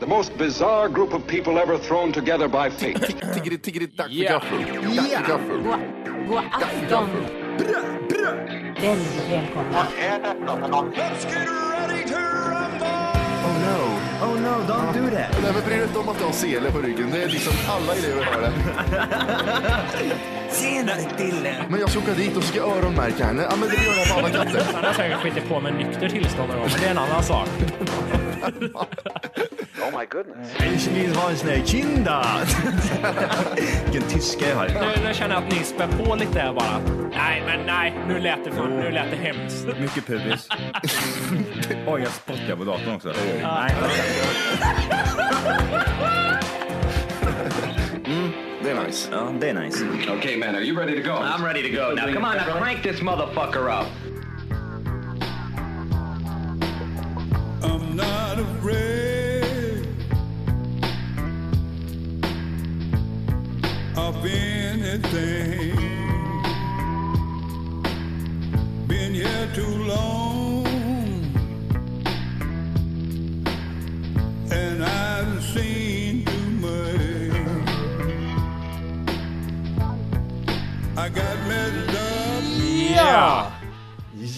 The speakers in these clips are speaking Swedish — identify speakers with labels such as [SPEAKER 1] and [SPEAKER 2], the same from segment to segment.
[SPEAKER 1] The most bizarre group of people ever thrown together by fate.
[SPEAKER 2] Tiggeri, tiggeri, dack för
[SPEAKER 3] Ja.
[SPEAKER 2] gaffel. Dack för
[SPEAKER 4] Oh
[SPEAKER 2] gaffel.
[SPEAKER 5] God, god afton. Väldigt välkomna.
[SPEAKER 4] Oh no, oh no, don't do that.
[SPEAKER 2] Nej, men bry dig inte om att du har sele på ryggen. Det är liksom alla elever har det.
[SPEAKER 4] Senare Dille.
[SPEAKER 2] Men jag ska åka dit och ska öronmärka henne. Ja, men det gör jag på alla katter.
[SPEAKER 3] Han har säkert skitit på med nykter tillstånd någon gång, men det är en annan sak.
[SPEAKER 4] Ich vill ha en sån här kinda. Vilken tyska jag har.
[SPEAKER 3] Nu, nu känner jag att ni spär på lite här bara. Nej, men nej, nu lät det, fan, nu lät det hemskt.
[SPEAKER 6] Mycket pubis. Oj, jag spottar på datorn också.
[SPEAKER 2] Det är nice.
[SPEAKER 6] Ja, det är nice.
[SPEAKER 1] okay, man, are you ready to go?
[SPEAKER 7] I'm ready to go. Now, come on, now crank this motherfucker up.
[SPEAKER 8] I'm not afraid of anything. Been here too long, and I've seen too much. I got messed up.
[SPEAKER 3] Ja!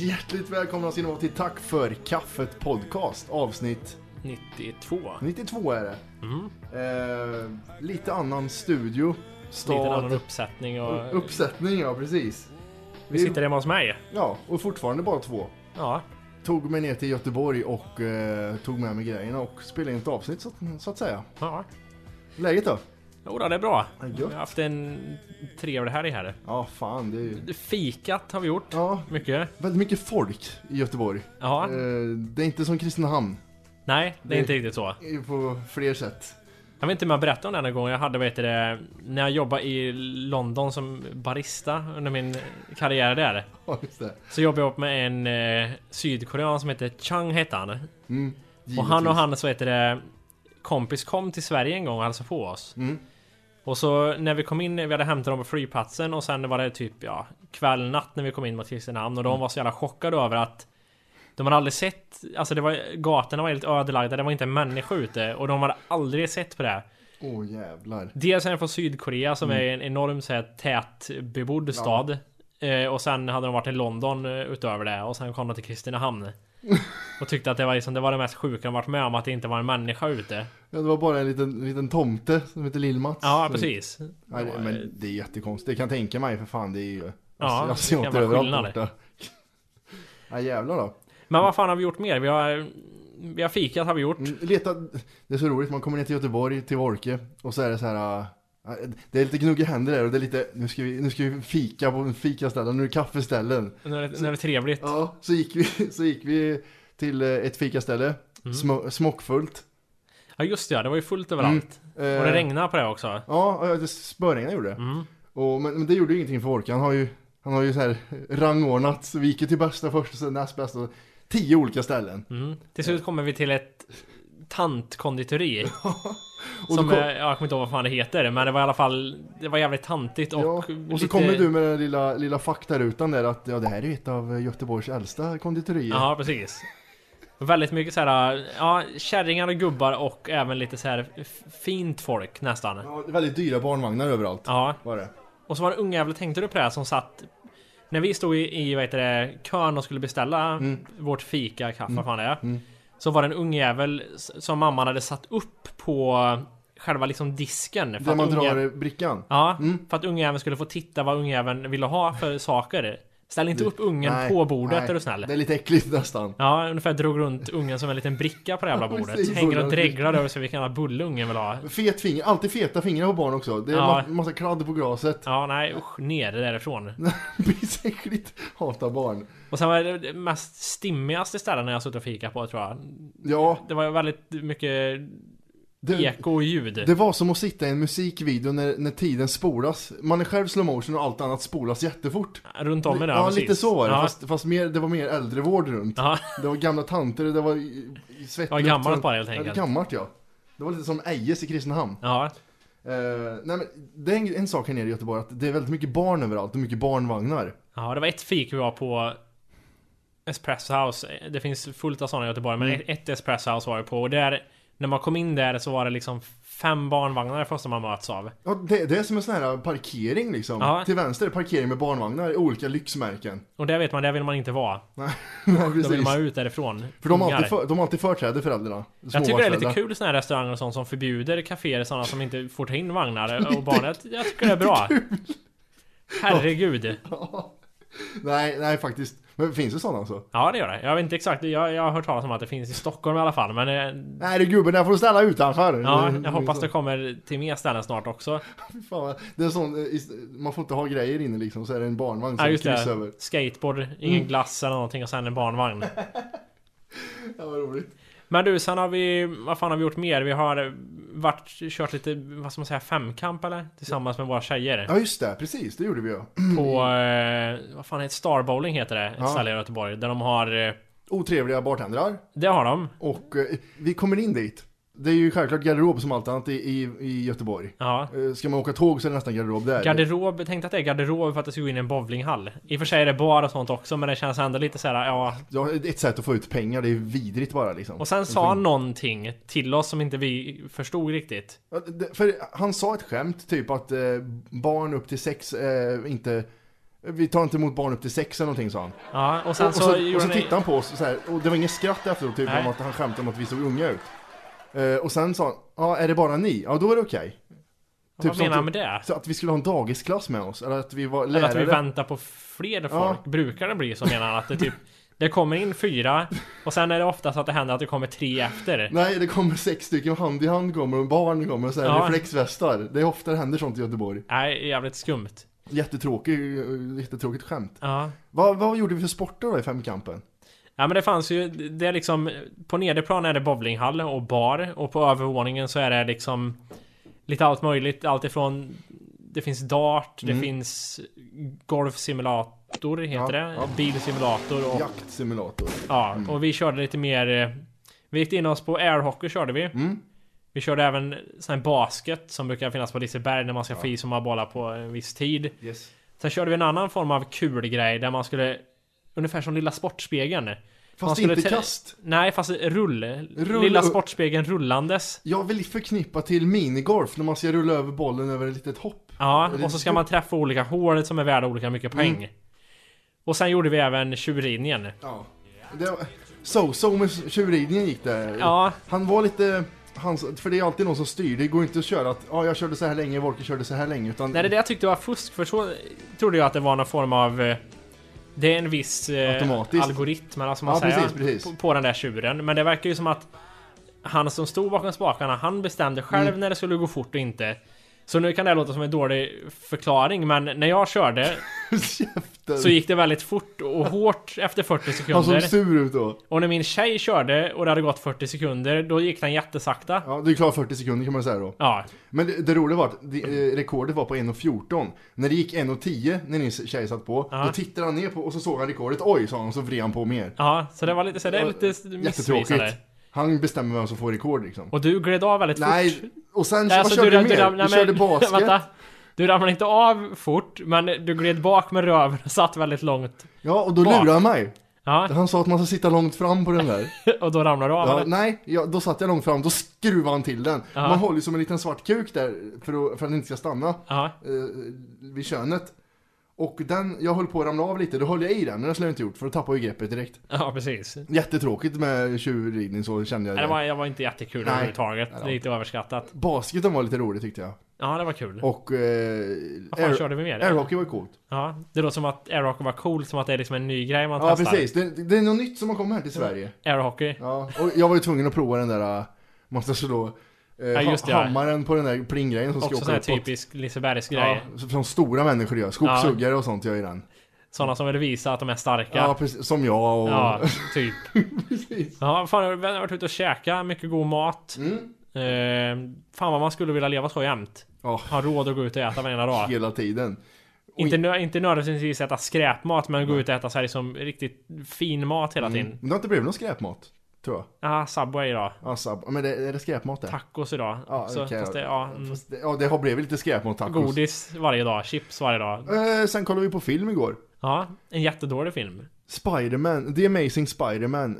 [SPEAKER 2] Hjärtligt välkomna ska ni vara till Tack för kaffet podcast. Avsnitt
[SPEAKER 3] 92.
[SPEAKER 2] 92 är det.
[SPEAKER 4] Mm-hmm.
[SPEAKER 2] Eh, lite annan studio.
[SPEAKER 3] Lite en
[SPEAKER 2] Stad.
[SPEAKER 3] annan uppsättning och...
[SPEAKER 2] Uppsättning, ja precis.
[SPEAKER 3] Vi sitter hemma hos mig.
[SPEAKER 2] Ja, och fortfarande bara två.
[SPEAKER 3] Ja.
[SPEAKER 2] Tog mig ner till Göteborg och eh, tog med mig grejerna och spelade in ett avsnitt så, så att säga.
[SPEAKER 3] ja.
[SPEAKER 2] Läget då?
[SPEAKER 3] Jo, då, det är bra.
[SPEAKER 2] Ja, gött.
[SPEAKER 3] Vi har haft en trevlig helg här.
[SPEAKER 2] Ja, fan det är ju...
[SPEAKER 3] Fikat har vi gjort.
[SPEAKER 2] Ja,
[SPEAKER 3] Mycket.
[SPEAKER 2] väldigt mycket folk i Göteborg.
[SPEAKER 3] Ja.
[SPEAKER 2] Eh, det är inte som Kristinehamn.
[SPEAKER 3] Nej, det är inte riktigt så.
[SPEAKER 2] eh, På fler sätt.
[SPEAKER 3] Jag vet inte om jag berättade om den här gången. Jag hade, vad heter det, när jag jobbade i London som barista under min karriär där.
[SPEAKER 2] Ja, just det.
[SPEAKER 3] Så jobbade jag ihop med en eh, sydkorean som heter Chang hette han.
[SPEAKER 2] Mm,
[SPEAKER 3] Och han och
[SPEAKER 2] givetvis.
[SPEAKER 3] han så heter det kompis kom till Sverige en gång och hälsade på oss. Och så när vi kom in, vi hade hämtat dem på flygplatsen och sen var det typ ja, kväll, natt när vi kom in mot Kristinehamn och de var så jävla chockade över att de hade aldrig sett, alltså det var, gatorna var helt ödelagda, det var inte en människa ute och de hade aldrig sett på det. här.
[SPEAKER 2] Åh jävlar.
[SPEAKER 3] Dels är den från Sydkorea som är en enorm så här, tätbebodd stad. Eh, och sen hade de varit i London eh, utöver det och sen kom de till Kristinehamn. Och tyckte att det var, liksom, det var det mest sjuka de varit med om att det inte var en människa ute.
[SPEAKER 2] Ja, det var bara en liten, liten tomte som heter Lill-Mats.
[SPEAKER 3] Ja precis.
[SPEAKER 2] Nej, det- men det är jättekonstigt. Det kan jag tänka mig för fan. Det är ju...
[SPEAKER 3] Ja,
[SPEAKER 2] jag ser
[SPEAKER 3] det kan
[SPEAKER 2] inte
[SPEAKER 3] vara
[SPEAKER 2] överallt
[SPEAKER 3] skillnad.
[SPEAKER 2] borta. Nej jävlar då.
[SPEAKER 3] Men vad fan har vi gjort mer? Vi har, vi har fikat har vi gjort.
[SPEAKER 2] Mm, Leta, det är så roligt, man kommer ner till Göteborg, till Vorke och så är det så här. äh, Det är lite gnugga händer där och det är lite, nu ska vi, nu ska vi fika på en fikaställen, nu är det kaffeställen.
[SPEAKER 3] Nu är det, nu är det trevligt.
[SPEAKER 2] Ja, så gick vi, så gick vi till eh, ett fikaställe, mm. smockfullt. Eh,
[SPEAKER 3] Ja just det ja, det var ju fullt överallt.
[SPEAKER 2] Mm.
[SPEAKER 3] Och det Mm. regnade på det också.
[SPEAKER 2] Ja, ja, det spöregna gjorde det. Och, men, men det gjorde ju ingenting för Vorke, han har ju, han har ju så här rangordnat, så vi gick ju till bästa först och sen näst bästa. Tio olika ställen.
[SPEAKER 3] Mm. Till slut kommer vi till ett tantkonditori.
[SPEAKER 2] Och
[SPEAKER 3] som
[SPEAKER 2] då kom-
[SPEAKER 3] eh, jag kommer inte ihåg vad fan det heter men det var i alla fall Det var jävligt tantigt och
[SPEAKER 2] Ja, och så
[SPEAKER 3] lite-
[SPEAKER 2] kommer du med den lilla, lilla faktarutan där att ja, det här är ett av Göteborgs äldsta konditorier.
[SPEAKER 3] Ja precis Väldigt mycket såhär, ja kärringar och gubbar och även lite såhär f- fint folk nästan
[SPEAKER 2] Ja, det är väldigt dyra barnvagnar överallt.
[SPEAKER 3] Ja
[SPEAKER 2] Var det?
[SPEAKER 3] och så var det en ungjävel tänkte du på det här som satt När vi stod i, i vad heter det, kön och skulle beställa
[SPEAKER 2] Mm.
[SPEAKER 3] vårt fika, kaffe, vad fan det är Så var det en ungjävel s- som mamman hade satt upp på själva liksom disken för
[SPEAKER 2] Där
[SPEAKER 3] att
[SPEAKER 2] man
[SPEAKER 3] ungjäveln-
[SPEAKER 2] drar Mm. brickan.
[SPEAKER 3] Ja, för att ungjäveln skulle få titta vad ungjäveln ville ha för saker. Ställ inte upp ungen
[SPEAKER 2] Nej,
[SPEAKER 3] på bordet
[SPEAKER 2] nej,
[SPEAKER 3] är du snäll.
[SPEAKER 2] Det är lite äckligt nästan.
[SPEAKER 3] Ja, ungefär drog runt ungen som en liten bricka på det jävla bordet.
[SPEAKER 2] Precis,
[SPEAKER 3] Hänger
[SPEAKER 2] bullar.
[SPEAKER 3] och dreglar över sig vilken jävla bulle ungen vill ha.
[SPEAKER 2] Fet finger, alltid feta fingrar på barn också. Det är
[SPEAKER 3] Ja.
[SPEAKER 2] ma- massa kladd på glaset.
[SPEAKER 3] Ja, nej usch, ner därifrån.
[SPEAKER 2] Bisäckligt. Hatar barn.
[SPEAKER 3] Och sen var det det mest stimmigaste stället när jag suttit och fikat på tror jag.
[SPEAKER 2] Ja,
[SPEAKER 3] Det var väldigt mycket
[SPEAKER 2] det,
[SPEAKER 3] eko och ljud.
[SPEAKER 2] det var som att sitta i en musikvideo när, när tiden spolas. Man är själv slow motion och allt annat spolas jättefort.
[SPEAKER 3] Runt om i det
[SPEAKER 2] ja, lite
[SPEAKER 3] precis.
[SPEAKER 2] så var det.
[SPEAKER 3] Ja.
[SPEAKER 2] Fast, fast mer, det var mer äldrevård runt.
[SPEAKER 3] Ja,
[SPEAKER 2] Det var gamla tanter, det var i- i svettlukt.
[SPEAKER 3] Det var gammalt
[SPEAKER 2] från-
[SPEAKER 3] bara, helt enkelt.
[SPEAKER 2] Ja, det är gammalt ja. Det var lite som Ejes i Kristinehamn.
[SPEAKER 3] ja.
[SPEAKER 2] Eh, nej men, det är en, en sak här nere i Göteborg, att det är väldigt mycket barn överallt och mycket barnvagnar.
[SPEAKER 3] Ja, det var ett fik vi var på
[SPEAKER 2] Mm.
[SPEAKER 3] Espresso House. Det finns fullt av sådana i Göteborg, men ett Espresso House var vi på. Och där När man kom in där så var det liksom fem barnvagnar det första man möts av.
[SPEAKER 2] Ja, det, det är som en sån här parkering liksom.
[SPEAKER 3] Ja.
[SPEAKER 2] Till vänster är parkering med barnvagnar i olika lyxmärken.
[SPEAKER 3] Och där vet man, där vill man inte vara.
[SPEAKER 2] Nej, nej,
[SPEAKER 3] Då vill
[SPEAKER 2] precis.
[SPEAKER 3] man ut därifrån.
[SPEAKER 2] För de har
[SPEAKER 3] Ungar.
[SPEAKER 2] alltid, för, de har alltid företräde föräldrarna.
[SPEAKER 3] Jag tycker det är lite
[SPEAKER 2] småbarnsföräldrar.
[SPEAKER 3] kul såna här restauranger och sånt som förbjuder kaféer och sådana som inte får ta in vagnar och barn. Jag, jag tycker det är bra. Herregud.
[SPEAKER 2] Nej, nej faktiskt. Men finns det sådana alltså?
[SPEAKER 3] Ja det gör det. Jag vet inte exakt. Jag, jag har hört talas om att det finns i Stockholm i alla fall. Men eh,
[SPEAKER 2] Nej du gubben, där får du ställa utanför.
[SPEAKER 3] ja, jag
[SPEAKER 2] mm,
[SPEAKER 3] hoppas det kommer till mer ställen snart också.
[SPEAKER 2] Fan, vad- det är en sån, eh, is- man får inte ha grejer inne liksom, så är det en barnvagn som
[SPEAKER 3] Ja
[SPEAKER 2] ja,
[SPEAKER 3] just
[SPEAKER 2] kryssar
[SPEAKER 3] det.
[SPEAKER 2] över. Mm.
[SPEAKER 3] Skateboard, ingen glass eller någonting och sen en barnvagn.
[SPEAKER 2] Ja, vad roligt.
[SPEAKER 3] Men du, sen har vi... Vad fan har vi gjort mer? Vi har varit, kört lite, vad ska man säga, femkamp eller? Tillsammans med våra tjejer.
[SPEAKER 2] Ja just det, precis, det gjorde vi ju.
[SPEAKER 3] På... Eh, vad fan heter Star Bowling heter det. Ett
[SPEAKER 2] Mm. Ja.
[SPEAKER 3] ställe i Göteborg. Där de har... Eh,
[SPEAKER 2] Otrevliga bartendrar.
[SPEAKER 3] det har de.
[SPEAKER 2] Och eh, vi kommer in dit. Det är ju självklart garderob som allt annat i, i, i Göteborg.
[SPEAKER 3] Ja.
[SPEAKER 2] Eh, Ska man åka tåg så är det nästan garderob där.
[SPEAKER 3] Garderob, tänkte att det är garderob för att det ska gå in i en bowlinghall. I och för sig är det bar och sånt också men det känns ändå lite såhär, ja.
[SPEAKER 2] Ja, ett sätt att få ut pengar, det är vidrigt bara liksom.
[SPEAKER 3] Och sen sa han någonting till oss som inte vi förstod riktigt.
[SPEAKER 2] Ja, det- För han sa ett skämt, typ att eh, barn upp till sex eh, inte... Vi tar inte emot barn upp till sex eller någonting sa han.
[SPEAKER 3] Ja, Alltså, och sen
[SPEAKER 2] och
[SPEAKER 3] så,
[SPEAKER 2] så, och
[SPEAKER 3] gjorde
[SPEAKER 2] så
[SPEAKER 3] ni-
[SPEAKER 2] tittade han på oss så här, och det var inget skratt efteråt, typ
[SPEAKER 3] Nej.
[SPEAKER 2] om att han skämtade om att vi såg unga ut. Eh, och sen sa han, ja är det bara ni? Ja då är det okej.
[SPEAKER 3] Vad
[SPEAKER 2] så
[SPEAKER 3] menar han
[SPEAKER 2] att-
[SPEAKER 3] med det?
[SPEAKER 2] Så att vi skulle ha en dagisklass med oss, eller att vi var
[SPEAKER 3] Eller att vi
[SPEAKER 2] lärare.
[SPEAKER 3] väntar på fler folk, brukar det bli så menar han att det typ Det kommer in fyra och sen är det oftast att det händer att det kommer tre efter.
[SPEAKER 2] Nej, det kommer sex stycken hand i hand kommer och barn kommer och så här
[SPEAKER 3] Ja.
[SPEAKER 2] reflexvästar. Det är ofta det händer sånt i Göteborg.
[SPEAKER 3] Nej, jävligt skumt.
[SPEAKER 2] Jättetråkigt, jättetråkigt skämt.
[SPEAKER 3] Ja.
[SPEAKER 2] Vad, vad gjorde vi för sporter då i femkampen?
[SPEAKER 3] Ja men det fanns ju, det är liksom På nederplan är det bowlinghall och bar och på övervåningen så är det liksom Lite allt möjligt, allt ifrån Det finns dart, det finns Golfsimulator heter
[SPEAKER 2] Ja,
[SPEAKER 3] det,
[SPEAKER 2] ja.
[SPEAKER 3] bilsimulator och ja.
[SPEAKER 2] Jaktsimulator.
[SPEAKER 3] och vi körde lite mer eh, Vi gick in oss på airhockey körde vi Vi körde även sån här basket som brukar finnas på Liseberg när man ska få i så många bollar på en viss tid
[SPEAKER 2] Yes.
[SPEAKER 3] Sen körde vi en annan form av kul grej där man skulle Ungefär som lilla sportspegeln Man
[SPEAKER 2] Fast
[SPEAKER 3] skulle
[SPEAKER 2] inte
[SPEAKER 3] te-
[SPEAKER 2] kast.
[SPEAKER 3] Nej, fast rull.
[SPEAKER 2] Rull-
[SPEAKER 3] Lilla sportspegeln rullandes.
[SPEAKER 2] Jag vill förknippa till minigolf när man ska rulla över bollen över ett litet hopp.
[SPEAKER 3] Ja,
[SPEAKER 2] Det- Mm.
[SPEAKER 3] och så ska man träffa olika hål som är värda olika mycket poäng. Och sen gjorde vi även tjurlinjen.
[SPEAKER 2] Ja. Det var... So, so med tjurridningen gick det.
[SPEAKER 3] Ja,
[SPEAKER 2] Han var lite... Han, för det är alltid någon som styr, det går inte att köra att ja, jag körde så här länge, Volker körde så här länge. Utan
[SPEAKER 3] nej, det är det jag tyckte var fusk. För så trodde jag att det var någon form av... eh, Det är en viss eh,
[SPEAKER 2] Automatiskt.
[SPEAKER 3] algoritm, eller vad ska man
[SPEAKER 2] Ja,
[SPEAKER 3] säga,
[SPEAKER 2] precis, precis.
[SPEAKER 3] På, på den där tjuren. Men det verkar ju som att han som stod bakom spakarna, han bestämde själv
[SPEAKER 2] Mm.
[SPEAKER 3] när det skulle gå fort och inte. Så nu kan det här låta som en dålig förklaring, men när jag körde
[SPEAKER 2] Käften!
[SPEAKER 3] så gick det väldigt fort och hårt efter 40
[SPEAKER 2] han såg
[SPEAKER 3] sekunder.
[SPEAKER 2] sur ut då.
[SPEAKER 3] Och när min tjej körde och det hade gått 40 sekunder, då gick den jättesakta. Ja.
[SPEAKER 2] Ja, det är klart 40 sekunder kan man säga då.
[SPEAKER 3] ja.
[SPEAKER 2] Men det, det roliga var att det, eh, rekordet var på 1.14. När det gick 1.10, när din tjej satt på,
[SPEAKER 3] Ja.
[SPEAKER 2] då tittade han ner på och så såg han rekordet. Oj, sa han och så vred han på mer.
[SPEAKER 3] så det var lite, så det är lite missvisande.
[SPEAKER 2] Jättetråkigt. Han bestämmer vem som får rekord liksom.
[SPEAKER 3] Och du gled av väldigt fort.
[SPEAKER 2] Nej, och sen
[SPEAKER 3] Nej, alltså,
[SPEAKER 2] vad körde du,
[SPEAKER 3] ram-
[SPEAKER 2] mer?
[SPEAKER 3] ram-
[SPEAKER 2] Du,
[SPEAKER 3] nej, men-
[SPEAKER 2] körde basket.
[SPEAKER 3] vänta. Du ramlade inte av fort, men du gled bak med röven och satt väldigt långt.
[SPEAKER 2] Ja, och då
[SPEAKER 3] Bak.
[SPEAKER 2] lurade han mig.
[SPEAKER 3] Ja,
[SPEAKER 2] Han sa att man ska sitta långt fram på den där.
[SPEAKER 3] och då ramlade du av.
[SPEAKER 2] Ja,
[SPEAKER 3] eller?
[SPEAKER 2] nej, ja, då satt jag långt fram, då skruvade han till den.
[SPEAKER 3] Ja.
[SPEAKER 2] Man håller ju som en liten svart kuk där för att, för att den inte ska stanna
[SPEAKER 3] Ja.
[SPEAKER 2] eh, vid könet. Och den, jag höll på att ramla av lite, då höll jag i den, men det skulle jag inte gjort för då tappade jag ju greppet direkt.
[SPEAKER 3] ja, precis.
[SPEAKER 2] Jättetråkigt med tjuvridning så kände jag det.
[SPEAKER 3] Nej, det var, jag var inte jättekul
[SPEAKER 2] Nej.
[SPEAKER 3] överhuvudtaget.
[SPEAKER 2] Nej,
[SPEAKER 3] Det är lite överskattat.
[SPEAKER 2] Basketen var lite rolig tyckte jag.
[SPEAKER 3] Ja, det var kul.
[SPEAKER 2] Och eh,
[SPEAKER 3] Vad fan körde vi mer?
[SPEAKER 2] airhockey var coolt.
[SPEAKER 3] Ja, det låter som att airhockey var coolt, som att det är liksom en ny grej man
[SPEAKER 2] Ja
[SPEAKER 3] testar.
[SPEAKER 2] precis, det, det är något nytt som har kommit här till Sverige.
[SPEAKER 3] Airhockey.
[SPEAKER 2] Ja, och jag var ju tvungen att prova den där, äh, man ska slå eh,
[SPEAKER 3] just det, ja.
[SPEAKER 2] hammaren på den där plinggrejen som ska
[SPEAKER 3] Också
[SPEAKER 2] åka
[SPEAKER 3] sån här typ
[SPEAKER 2] uppåt.
[SPEAKER 3] typisk Lisebergsgrej.
[SPEAKER 2] Ja, som stora människor gör, skogshuggare och sånt gör ju den.
[SPEAKER 3] Sådana som vill visa att de är starka.
[SPEAKER 2] Ja,
[SPEAKER 3] Ja,
[SPEAKER 2] precis, som jag och...
[SPEAKER 3] typ. Ja, fan, vi har varit ute och käkat mycket god mat.
[SPEAKER 2] Mm.
[SPEAKER 3] Eh, fan vad man skulle vilja leva så jämt.
[SPEAKER 2] Ja.
[SPEAKER 3] Ha råd att gå ut och äta varenda dag.
[SPEAKER 2] hela tiden.
[SPEAKER 3] Inte, nö- inte nödvändigtvis äta skräpmat, men gå ut och äta så här liksom riktigt fin mat hela tiden.
[SPEAKER 2] Men det har inte blivit någon skräpmat, tror jag.
[SPEAKER 3] Ja, Subway idag.
[SPEAKER 2] Alltså, men det, är det skräpmat det?
[SPEAKER 3] Tacos idag.
[SPEAKER 2] Ja,
[SPEAKER 3] så,
[SPEAKER 2] okej.
[SPEAKER 3] fast det, ja, mm.
[SPEAKER 2] Fast det- ja, det har blivit lite skräpmat tacos.
[SPEAKER 3] Godis varje dag, chips varje dag.
[SPEAKER 2] Eh, sen kollade vi på film igår.
[SPEAKER 3] Ja, en jättedålig film.
[SPEAKER 2] Spiderman, The Amazing Spiderman.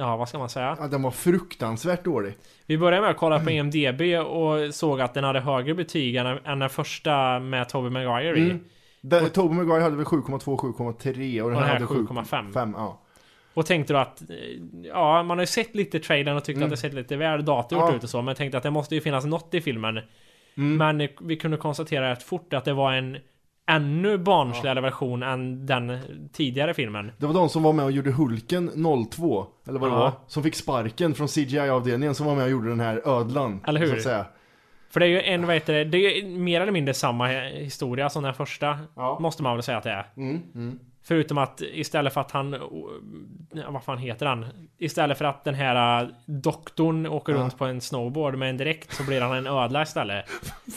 [SPEAKER 3] Ja, vad ska man säga?
[SPEAKER 2] Ja, den var fruktansvärt dålig.
[SPEAKER 3] Vi började med att kolla på E IMDB och såg att den hade högre betyg än, än den första med Tobey Maguire i.
[SPEAKER 2] Mm. Den, Tobey Maguire hade väl 7,2-7,3 och den här hade
[SPEAKER 3] 7,5.
[SPEAKER 2] 7,5. Ja.
[SPEAKER 3] Och tänkte då att, eh, ja man har ju sett lite trailern och tyckt att det sett lite väl datorgjort
[SPEAKER 2] Mm. Ja.
[SPEAKER 3] ut och så, men tänkte att det måste ju finnas något i filmen.
[SPEAKER 2] Mm.
[SPEAKER 3] Men eh, vi kunde konstatera rätt fort att det var en ännu barnsligare version än den tidigare filmen.
[SPEAKER 2] Det var de som var med och gjorde Hulken 02, eller vad det
[SPEAKER 3] Ja.
[SPEAKER 2] var, som fick sparken från CGI-avdelningen som var med och gjorde den här ödlan.
[SPEAKER 3] Eller hur?
[SPEAKER 2] Så att säga.
[SPEAKER 3] För det är ju en, vad heter det, det är ju mer eller mindre samma he- historia som den första.
[SPEAKER 2] Ja. Mm.
[SPEAKER 3] Måste man väl säga att det är. Förutom att istället för att han, o- ja, vad fan heter han? Istället för att den här eh, doktorn åker runt på en snowboard med en direkt så blir han en ödla istället.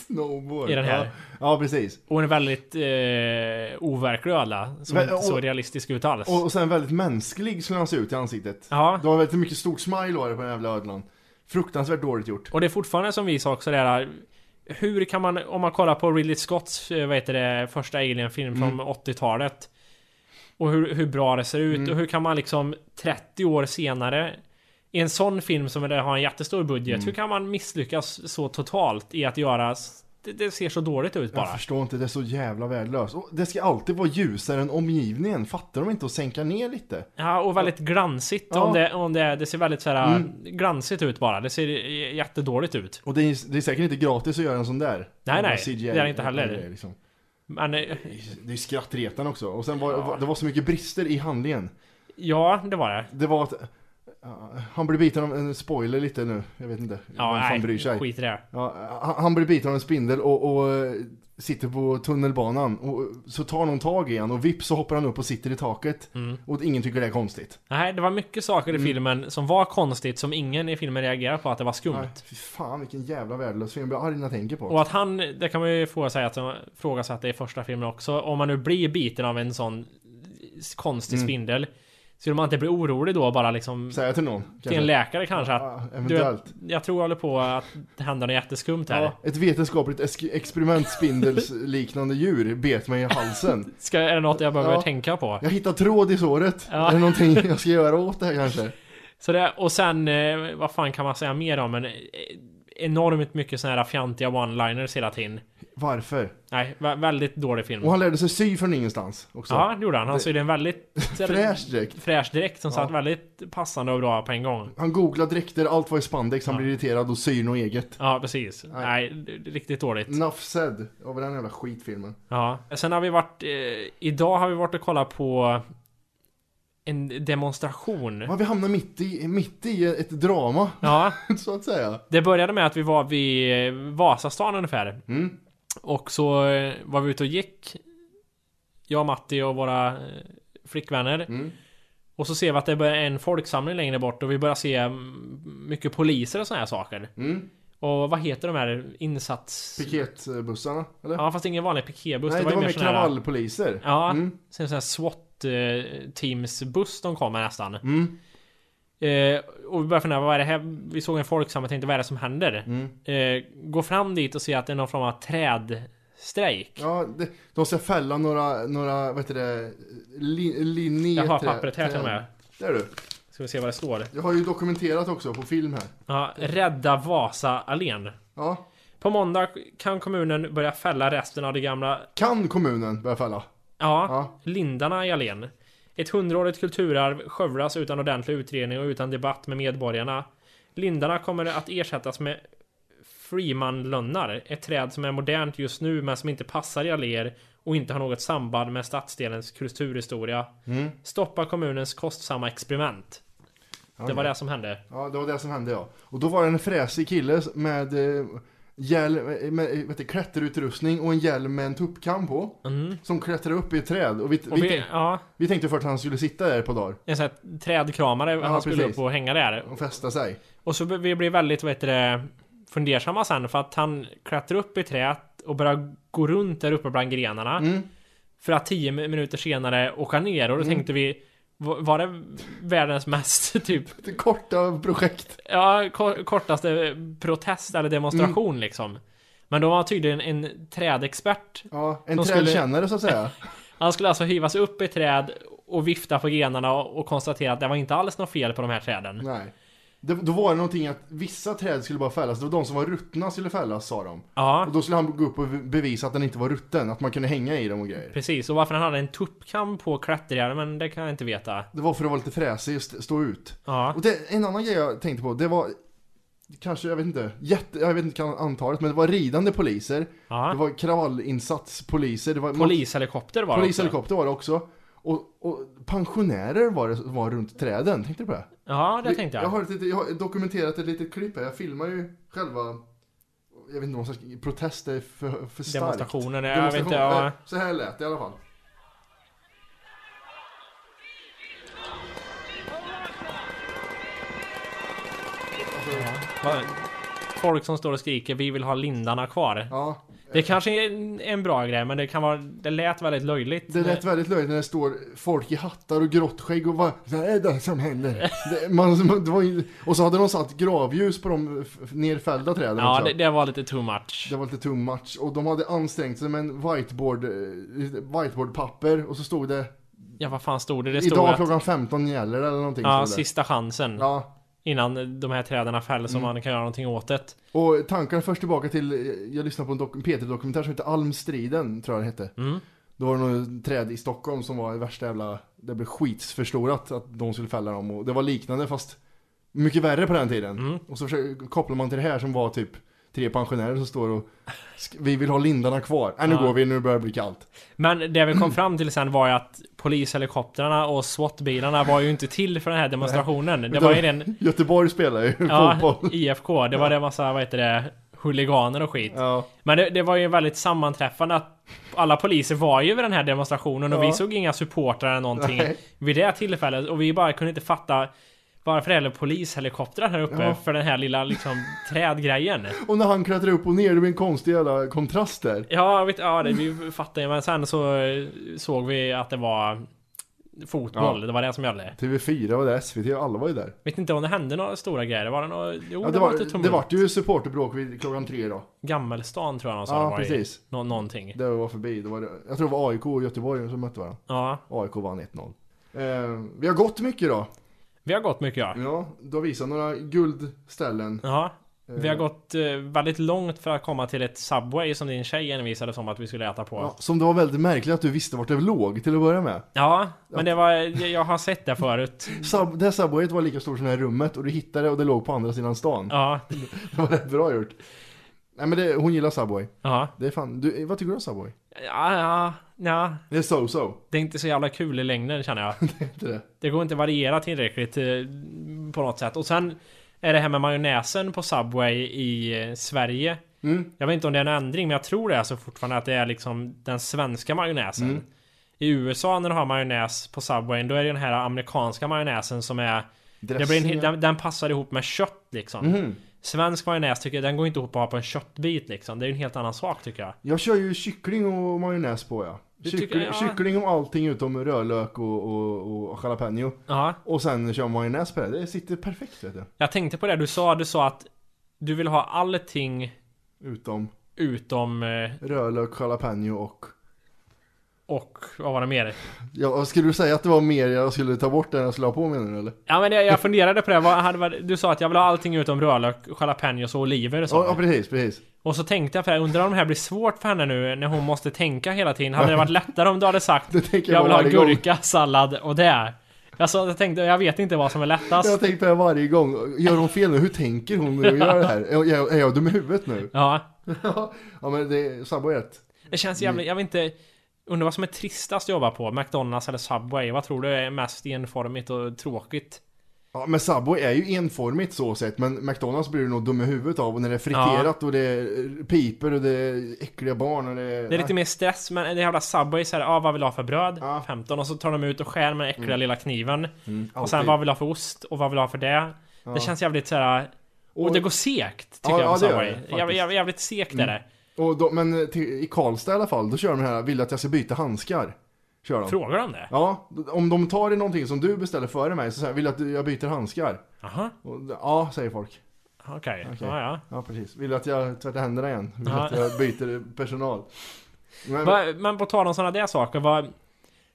[SPEAKER 2] Snowboard.
[SPEAKER 3] I den här.
[SPEAKER 2] Ja, ja precis.
[SPEAKER 3] Och en väldigt eh, overklig ödla. Som
[SPEAKER 2] Men,
[SPEAKER 3] inte
[SPEAKER 2] och-
[SPEAKER 3] såg realistisk ut alls.
[SPEAKER 2] Och, och sen väldigt mänsklig skulle han se ut i ansiktet.
[SPEAKER 3] Ja.
[SPEAKER 2] Det var väldigt mycket stort smile var det på den jävla ödlan. Fruktansvärt dåligt gjort.
[SPEAKER 3] Och det är fortfarande som vi sa också det här. Hur kan man, om man kollar på Ridley Scotts, eh, vad heter det, första Alien-film
[SPEAKER 2] Mm.
[SPEAKER 3] från 80-talet. Och hur, hur bra det ser ut
[SPEAKER 2] Mm.
[SPEAKER 3] och hur kan man liksom 30 år senare i en sån film som där har en jättestor budget,
[SPEAKER 2] Mm.
[SPEAKER 3] hur kan man misslyckas så totalt i att göra... s- Det, det ser så dåligt ut bara.
[SPEAKER 2] Jag förstår inte, det är så jävla värdelöst. Och det ska alltid vara ljusare än omgivningen. Fattar de inte att sänka ner lite?
[SPEAKER 3] Ja, och väldigt glansigt
[SPEAKER 2] Ja. Mm.
[SPEAKER 3] om, det, om det... Det ser väldigt såhär glansigt ut bara. Det ser j- jättedåligt ut.
[SPEAKER 2] Och det är, det är säkert inte gratis att göra en sån där.
[SPEAKER 3] Nej, nej,
[SPEAKER 2] CGI
[SPEAKER 3] det är det inte heller.
[SPEAKER 2] Liksom.
[SPEAKER 3] Men eh,
[SPEAKER 2] Det är ju skrattretande också. Och sen var var- det var så mycket brister i handlingen.
[SPEAKER 3] ja, det var det.
[SPEAKER 2] Det var att... ja, han blir biten av en spoiler lite nu. Jag vet inte.
[SPEAKER 3] Ja,
[SPEAKER 2] Vem fan
[SPEAKER 3] nej,
[SPEAKER 2] bryr sig?
[SPEAKER 3] skit i det.
[SPEAKER 2] Ja, han- han blir biten av en spindel och, och eh, sitter på tunnelbanan. Och eh, så tar någon tag i han och vips så hoppar han upp och sitter i taket.
[SPEAKER 3] Mm.
[SPEAKER 2] Och ingen tycker det är konstigt.
[SPEAKER 3] Nej, det var mycket saker i
[SPEAKER 2] Mm.
[SPEAKER 3] filmen som var konstigt som ingen i filmen reagerade på att det var skumt.
[SPEAKER 2] Nej, fy fan vilken jävla värdelös film. Jag blir arg när jag tänker på.
[SPEAKER 3] Mm. Och att han, det kan man ju fråga sig att, fråga sig att det är första filmen också. Om man nu blir biten av en sån konstig
[SPEAKER 2] Mm.
[SPEAKER 3] spindel. Skulle man inte bli orolig då bara liksom
[SPEAKER 2] Säga till någon.
[SPEAKER 3] till en läkare kanske? Att,
[SPEAKER 2] Ja,
[SPEAKER 3] du, jag,
[SPEAKER 2] eventuellt.
[SPEAKER 3] jag tror jag håller på att det händer något jätteskumt här.
[SPEAKER 2] Ja, ett vetenskapligt esk- experiment spindelsliknande djur bet mig i halsen.
[SPEAKER 3] Ska, är det något jag behöver
[SPEAKER 2] Ja.
[SPEAKER 3] tänka på?
[SPEAKER 2] Jag hittar tråd i såret.
[SPEAKER 3] Ja.
[SPEAKER 2] Är det någonting jag ska göra åt det här kanske?
[SPEAKER 3] Så det, och sen, eh, vad fan kan man säga mer om? Men eh, enormt mycket såna här fjantiga one-liners hela tiden.
[SPEAKER 2] Varför?
[SPEAKER 3] Nej, vä- väldigt dålig film.
[SPEAKER 2] Och han lärde sig sy från ingenstans också.
[SPEAKER 3] Ja, det gjorde han. Han sydde en väldigt
[SPEAKER 2] Fräsch direkt.
[SPEAKER 3] fräsch dräkt som satt väldigt passande och bra på en gång.
[SPEAKER 2] Han googlar dräkter, allt var i spandex, han
[SPEAKER 3] Ja.
[SPEAKER 2] blir irriterad och syr något eget.
[SPEAKER 3] Ja, precis. Nej, det- det är riktigt dåligt.
[SPEAKER 2] Nuff said, över den jävla skitfilmen.
[SPEAKER 3] Ja. Sen har vi varit... Eh, idag har vi varit och kollat på en demonstration.
[SPEAKER 2] Ja, vi hamnar mitt i, mitt i ett drama,
[SPEAKER 3] Ja,
[SPEAKER 2] så att säga.
[SPEAKER 3] det började med att vi var vid eh, Vasastan ungefär.
[SPEAKER 2] Mm.
[SPEAKER 3] Och så eh, var vi ute och gick. Jag, Matti och våra eh, flickvänner.
[SPEAKER 2] Mm.
[SPEAKER 3] Och så ser vi att det är en folksamling längre bort och vi börjar se mm, mycket poliser och såna här saker.
[SPEAKER 2] Mm.
[SPEAKER 3] Och vad heter de här insats...
[SPEAKER 2] Piketbussarna, eller?
[SPEAKER 3] Ja fast ingen vanlig piketbuss.
[SPEAKER 2] Nej, det var,
[SPEAKER 3] ju
[SPEAKER 2] mer
[SPEAKER 3] sån här-
[SPEAKER 2] kravallpoliser.
[SPEAKER 3] Ja,
[SPEAKER 2] Mm.
[SPEAKER 3] sen sån här SWAT eh, teams buss de kom med nästan.
[SPEAKER 2] Mm.
[SPEAKER 3] Eh, och vi började fundera, vad är det här? Vi såg en folksam och tänkte, vad är det som händer?
[SPEAKER 2] Mm.
[SPEAKER 3] Eh, gå fram dit och se att det är någon form av trädstrejk.
[SPEAKER 2] Ja, det, de ska fälla några, några, vad heter det, li, linje...
[SPEAKER 3] Jag har
[SPEAKER 2] trä-
[SPEAKER 3] pappret här till och
[SPEAKER 2] trä-
[SPEAKER 3] med.
[SPEAKER 2] Där du.
[SPEAKER 3] Ska vi se vad det står.
[SPEAKER 2] Jag har ju dokumenterat också på film här.
[SPEAKER 3] Ja, rädda Vasa allén.
[SPEAKER 2] Ja.
[SPEAKER 3] På måndag kan kommunen börja fälla resten av det gamla
[SPEAKER 2] Kan kommunen börja fälla?
[SPEAKER 3] Ja,
[SPEAKER 2] Ja.
[SPEAKER 3] lindarna i Allén. Ett hundraårigt kulturarv skövlas utan ordentlig utredning och utan debatt med medborgarna. Lindarna kommer att ersättas med Freeman-lönnar, ett träd som är modernt just nu men som inte passar i alléer och inte har något samband med stadsdelens kulturhistoria.
[SPEAKER 2] Mm.
[SPEAKER 3] Stoppa kommunens kostsamma experiment. Det var det som hände.
[SPEAKER 2] Ja, det var det som hände ja. Och då var det en fräsig kille med, eh, hjälm, med, med eh, vet du, klätterutrustning och en hjälm med en tuppkam på.
[SPEAKER 3] Mm.
[SPEAKER 2] Som klättrade upp i ett träd. Och vi,
[SPEAKER 3] Och
[SPEAKER 2] vi,
[SPEAKER 3] vi,
[SPEAKER 2] tänk-
[SPEAKER 3] ja,
[SPEAKER 2] vi tänkte först att han skulle sitta där ett par dagar
[SPEAKER 3] en sån här trädkramare, han skulle
[SPEAKER 2] precis.
[SPEAKER 3] upp och hänga där.
[SPEAKER 2] och fästa sig.
[SPEAKER 3] Och så vi blir väldigt, vad heter det, fundersamma sen för att han klättrar upp i träet och börjar gå runt där uppe bland grenarna. För att tio mi- minuter senare åka ner och då tänkte vi va- var det världens mest typ
[SPEAKER 2] Det korta projekt.
[SPEAKER 3] ja, ko- kortaste protest eller demonstration liksom? Men då var han tydligen en trädexpert.
[SPEAKER 2] Ja, en
[SPEAKER 3] De skulle-
[SPEAKER 2] trädkännare så att säga.
[SPEAKER 3] Han skulle alltså hivas upp i träd och vifta på grenarna och och konstatera att det var inte alls något fel på de här träden.
[SPEAKER 2] Nej. Det, då var det någonting att vissa träd skulle bara fällas, det var de som var ruttna skulle fällas sa de.
[SPEAKER 3] Ja,
[SPEAKER 2] Och då skulle han gå upp och bevisa att den inte var rutten, att man kunde hänga i dem och grejer.
[SPEAKER 3] precis. Och varför han hade en tuppkam på klätterhjälmen, det kan jag inte veta.
[SPEAKER 2] Det var för att vara lite fräsig och st- stå ut.
[SPEAKER 3] Ja,
[SPEAKER 2] Och det, en annan grej jag tänkte på, det var kanske, jag vet inte, jätte, jag vet inte antalet, men det var ridande poliser, det
[SPEAKER 3] ja.
[SPEAKER 2] var kravallinsatspoliser, det var
[SPEAKER 3] Polishelikopter var det också.
[SPEAKER 2] polishelikopter var det också. Och, och pensionärer var det som var runt träden, tänkte du på det?
[SPEAKER 3] Ja, det tänkte
[SPEAKER 2] Jag
[SPEAKER 3] jag.
[SPEAKER 2] har, ett, litet- jag har dokumenterat ett litet klipp här, jag filmar ju själva, jag vet inte, någon slags protest är för, för starkt.
[SPEAKER 3] Demonstrationen, jag vet inte.
[SPEAKER 2] Demonstration.
[SPEAKER 3] Ja.
[SPEAKER 2] Eh, Så här lät det i alla fall.
[SPEAKER 3] Vad- Folk som står och skriker vi vill ha lindarna kvar.
[SPEAKER 2] Ja,
[SPEAKER 3] Det kanske är en- en bra grej men det kan vara... Det lät väldigt löjligt.
[SPEAKER 2] det lät väldigt löjligt när det står folk i hattar och grått skägg och vad vad är det som händer? Det, man, man- det var, ju- och så hade de satt gravljus på de f- nerfällda träden
[SPEAKER 3] Ja,
[SPEAKER 2] också.
[SPEAKER 3] det, det var lite too much.
[SPEAKER 2] Det var lite too much och de hade ansträngt sig med en whiteboard, eh, whiteboardpapper och så stod det
[SPEAKER 3] Ja, vad fan stod det? Det stod
[SPEAKER 2] Idag
[SPEAKER 3] att...
[SPEAKER 2] klockan 15 gäller det eller någonting
[SPEAKER 3] Ja,
[SPEAKER 2] stod det.
[SPEAKER 3] sista chansen.
[SPEAKER 2] Ja, Mm.
[SPEAKER 3] Innan de här träden fälls och man kan göra någonting åt det.
[SPEAKER 2] och tankarna först tillbaka till, eh, jag lyssnade på en dok- Peter-dokumentär som heter Almstriden, tror jag den hette.
[SPEAKER 3] Mm.
[SPEAKER 2] Då var det något träd i Stockholm som var det värsta jävla, det blev skitsförstorat att de skulle fälla dem och det var liknande fast mycket värre på den tiden.
[SPEAKER 3] Mm.
[SPEAKER 2] Och så försöker, kopplar man till det här som var typ tre pensionärer som står och sk- vi vill ha lindarna kvar. Äh, nu
[SPEAKER 3] Ja.
[SPEAKER 2] går vi, nu börjar det bli kallt.
[SPEAKER 3] Men det vi kom fram till sen var ju att polishelikoptrarna och SWAT-bilarna var ju inte till för den här demonstrationen. Det var ju den...
[SPEAKER 2] Göteborg spelar ju
[SPEAKER 3] Ja,
[SPEAKER 2] fotboll.
[SPEAKER 3] IFK. Det var det massa, vad heter det, huliganer och skit.
[SPEAKER 2] Ja.
[SPEAKER 3] Men det, det var ju väldigt sammanträffande att alla poliser var ju vid den här demonstrationen och
[SPEAKER 2] Ja.
[SPEAKER 3] vi såg inga supportrar eller någonting
[SPEAKER 2] Nej.
[SPEAKER 3] vid det tillfället och vi bara kunde inte fatta varför det är polishelikoptrar här uppe
[SPEAKER 2] Ja.
[SPEAKER 3] för den här lilla liksom trädgrejen.
[SPEAKER 2] Och när han klättrar upp och ner, det blir en konstig jävla kontrast där.
[SPEAKER 3] Ja, jag vet, ja det, vi fattade ju men sen så eh, såg vi att det var fotboll, det var det som gällde.
[SPEAKER 2] TV4 var där, SVT, alla var ju där.
[SPEAKER 3] Vet inte om det hände några stora grejer, var det något? Jo,
[SPEAKER 2] Ja,
[SPEAKER 3] det,
[SPEAKER 2] det,
[SPEAKER 3] var
[SPEAKER 2] var,
[SPEAKER 3] lite
[SPEAKER 2] det
[SPEAKER 3] tumult.
[SPEAKER 2] vart ju supporterbråk vid klockan tre då.
[SPEAKER 3] Gammelstan tror jag någon sa
[SPEAKER 2] Ja,
[SPEAKER 3] det var
[SPEAKER 2] precis.
[SPEAKER 3] i. Nå- någonting.
[SPEAKER 2] Där vi var förbi. Det var, det- jag tror det var AIK och Göteborg som mötte varandra.
[SPEAKER 3] Ja,
[SPEAKER 2] AIK vann 1-0. Eh, vi har gått mycket då.
[SPEAKER 3] vi har gått mycket ja.
[SPEAKER 2] Ja, du har visat några guldställen.
[SPEAKER 3] Ja, vi har
[SPEAKER 2] Eh.
[SPEAKER 3] gått eh, väldigt långt för att komma till ett Subway som din tjej envisades om att vi skulle äta på.
[SPEAKER 2] Ja,
[SPEAKER 3] Ja,
[SPEAKER 2] som det var väldigt märkligt att du visste vart det låg till att börja med.
[SPEAKER 3] men det var, jag har sett det förut.
[SPEAKER 2] Sub, det här Subwayet var lika stort som det här rummet och du hittade det och det låg på andra sidan stan.
[SPEAKER 3] Ja,
[SPEAKER 2] Det var rätt bra gjort. Nej men det, hon gillar Subway.
[SPEAKER 3] ja,
[SPEAKER 2] Det är fan, du, vad tycker du om Subway?
[SPEAKER 3] ja, ja, ja.
[SPEAKER 2] Det är so-so.
[SPEAKER 3] Det är inte så jävla kul i längden känner jag.
[SPEAKER 2] Inte det?
[SPEAKER 3] Det går inte att variera tillräckligt eh, på något sätt. Och sen är det här med majonnäsen på Subway i eh, Sverige.
[SPEAKER 2] Mm.
[SPEAKER 3] Jag vet inte om det är en ändring, men jag tror det är så fortfarande att det är liksom den svenska majonnäsen.
[SPEAKER 2] Mm.
[SPEAKER 3] I USA när du har majonnäs på Subwayen, då är det den här amerikanska majonnäsen som är... Det blir en, hel- den, den passar ihop med kött liksom.
[SPEAKER 2] Mhm.
[SPEAKER 3] Svensk majonnäs tycker jag, den går inte ihop att ha på en köttbit liksom. Det är ju en helt annan sak tycker jag.
[SPEAKER 2] Jag kör ju kyckling och majonnäs på ja.
[SPEAKER 3] Du tycker-
[SPEAKER 2] Kyckling,
[SPEAKER 3] ja.
[SPEAKER 2] kyckling och allting utom rödlök och, och, och jalapeno.
[SPEAKER 3] Ja,
[SPEAKER 2] Och sen kör jag majonnäs på det. Det sitter perfekt vet du.
[SPEAKER 3] jag tänkte på det du sa. Du sa att du vill ha allting
[SPEAKER 2] Utom
[SPEAKER 3] utom... eh,
[SPEAKER 2] rödlök, jalapeno och...
[SPEAKER 3] Och vad var det mer?
[SPEAKER 2] Ja, skulle du säga att det var mer jag skulle ta bort än jag skulle ha på menar du eller?
[SPEAKER 3] Ja men jag, jag funderade på det. Vad hade varit- du sa att jag vill ha allting utom rödlök, jalapenos och oliver och
[SPEAKER 2] Ja, ja
[SPEAKER 3] så.
[SPEAKER 2] precis, precis.
[SPEAKER 3] Och så tänkte jag för jag undrar om det här blir svårt för henne nu när hon måste tänka hela tiden. Hade det varit lättare om du hade sagt
[SPEAKER 2] Det tänker jag
[SPEAKER 3] jag vill
[SPEAKER 2] på
[SPEAKER 3] ha
[SPEAKER 2] varje gång.
[SPEAKER 3] gurka, sallad och det? Alltså, jag tänkte, jag vet inte vad som är
[SPEAKER 2] Jag har
[SPEAKER 3] lättast.
[SPEAKER 2] tänkt på det här varje gång. Gör hon fel nu? Hur tänker hon när hon gör det här? Är jag, är jag dum i huvudet nu?
[SPEAKER 3] Ja.
[SPEAKER 2] ja men det är Subway rätt.
[SPEAKER 3] Det känns jävligt, jag vet inte. Undrar vad som är tristast att jobba på? McDonalds eller Subway? Vad tror du är mest enformigt och tråkigt?
[SPEAKER 2] Ja men Subway är ju enformigt så sett men McDonalds blir du nog dum i huvudet av och när det är friterat och det är piper och det är äckliga barn och det är...
[SPEAKER 3] Det är lite mer stress, men det jävla Subway såhär, ah, vad vill du ha för bröd?
[SPEAKER 2] Ja. Mm.
[SPEAKER 3] 15 och så tar de ut och skär med den äckliga lilla kniven. Och sen
[SPEAKER 2] alltid.
[SPEAKER 3] vad vill du ha för ost och vad vill du ha för det? Det känns jävligt såhär... Och,
[SPEAKER 2] Och-
[SPEAKER 3] det går segt,
[SPEAKER 2] Ja,
[SPEAKER 3] tycker jag
[SPEAKER 2] ja,
[SPEAKER 3] med
[SPEAKER 2] det gör
[SPEAKER 3] Subway.
[SPEAKER 2] det, faktiskt. Mm,
[SPEAKER 3] jävligt, jävligt, jävligt segt är det.
[SPEAKER 2] Och då, men till, i Karlstad i alla fall, då kör de det här, vill du att jag ska byta handskar? Kör de.
[SPEAKER 3] Frågar de det?
[SPEAKER 2] Ja, d- om de tar i någonting som du beställer före mig så säger jag, vill du att du- jag byter handskar?
[SPEAKER 3] Jaha,
[SPEAKER 2] Och, d- ja, säger folk.
[SPEAKER 3] okej.
[SPEAKER 2] Okej.
[SPEAKER 3] Ja, ja.
[SPEAKER 2] Ja, precis. Vill du att jag tvättar händerna igen? Vill du
[SPEAKER 3] Ja.
[SPEAKER 2] att jag byter personal? Men,
[SPEAKER 3] Va, men på tal om sådana där saker, vad...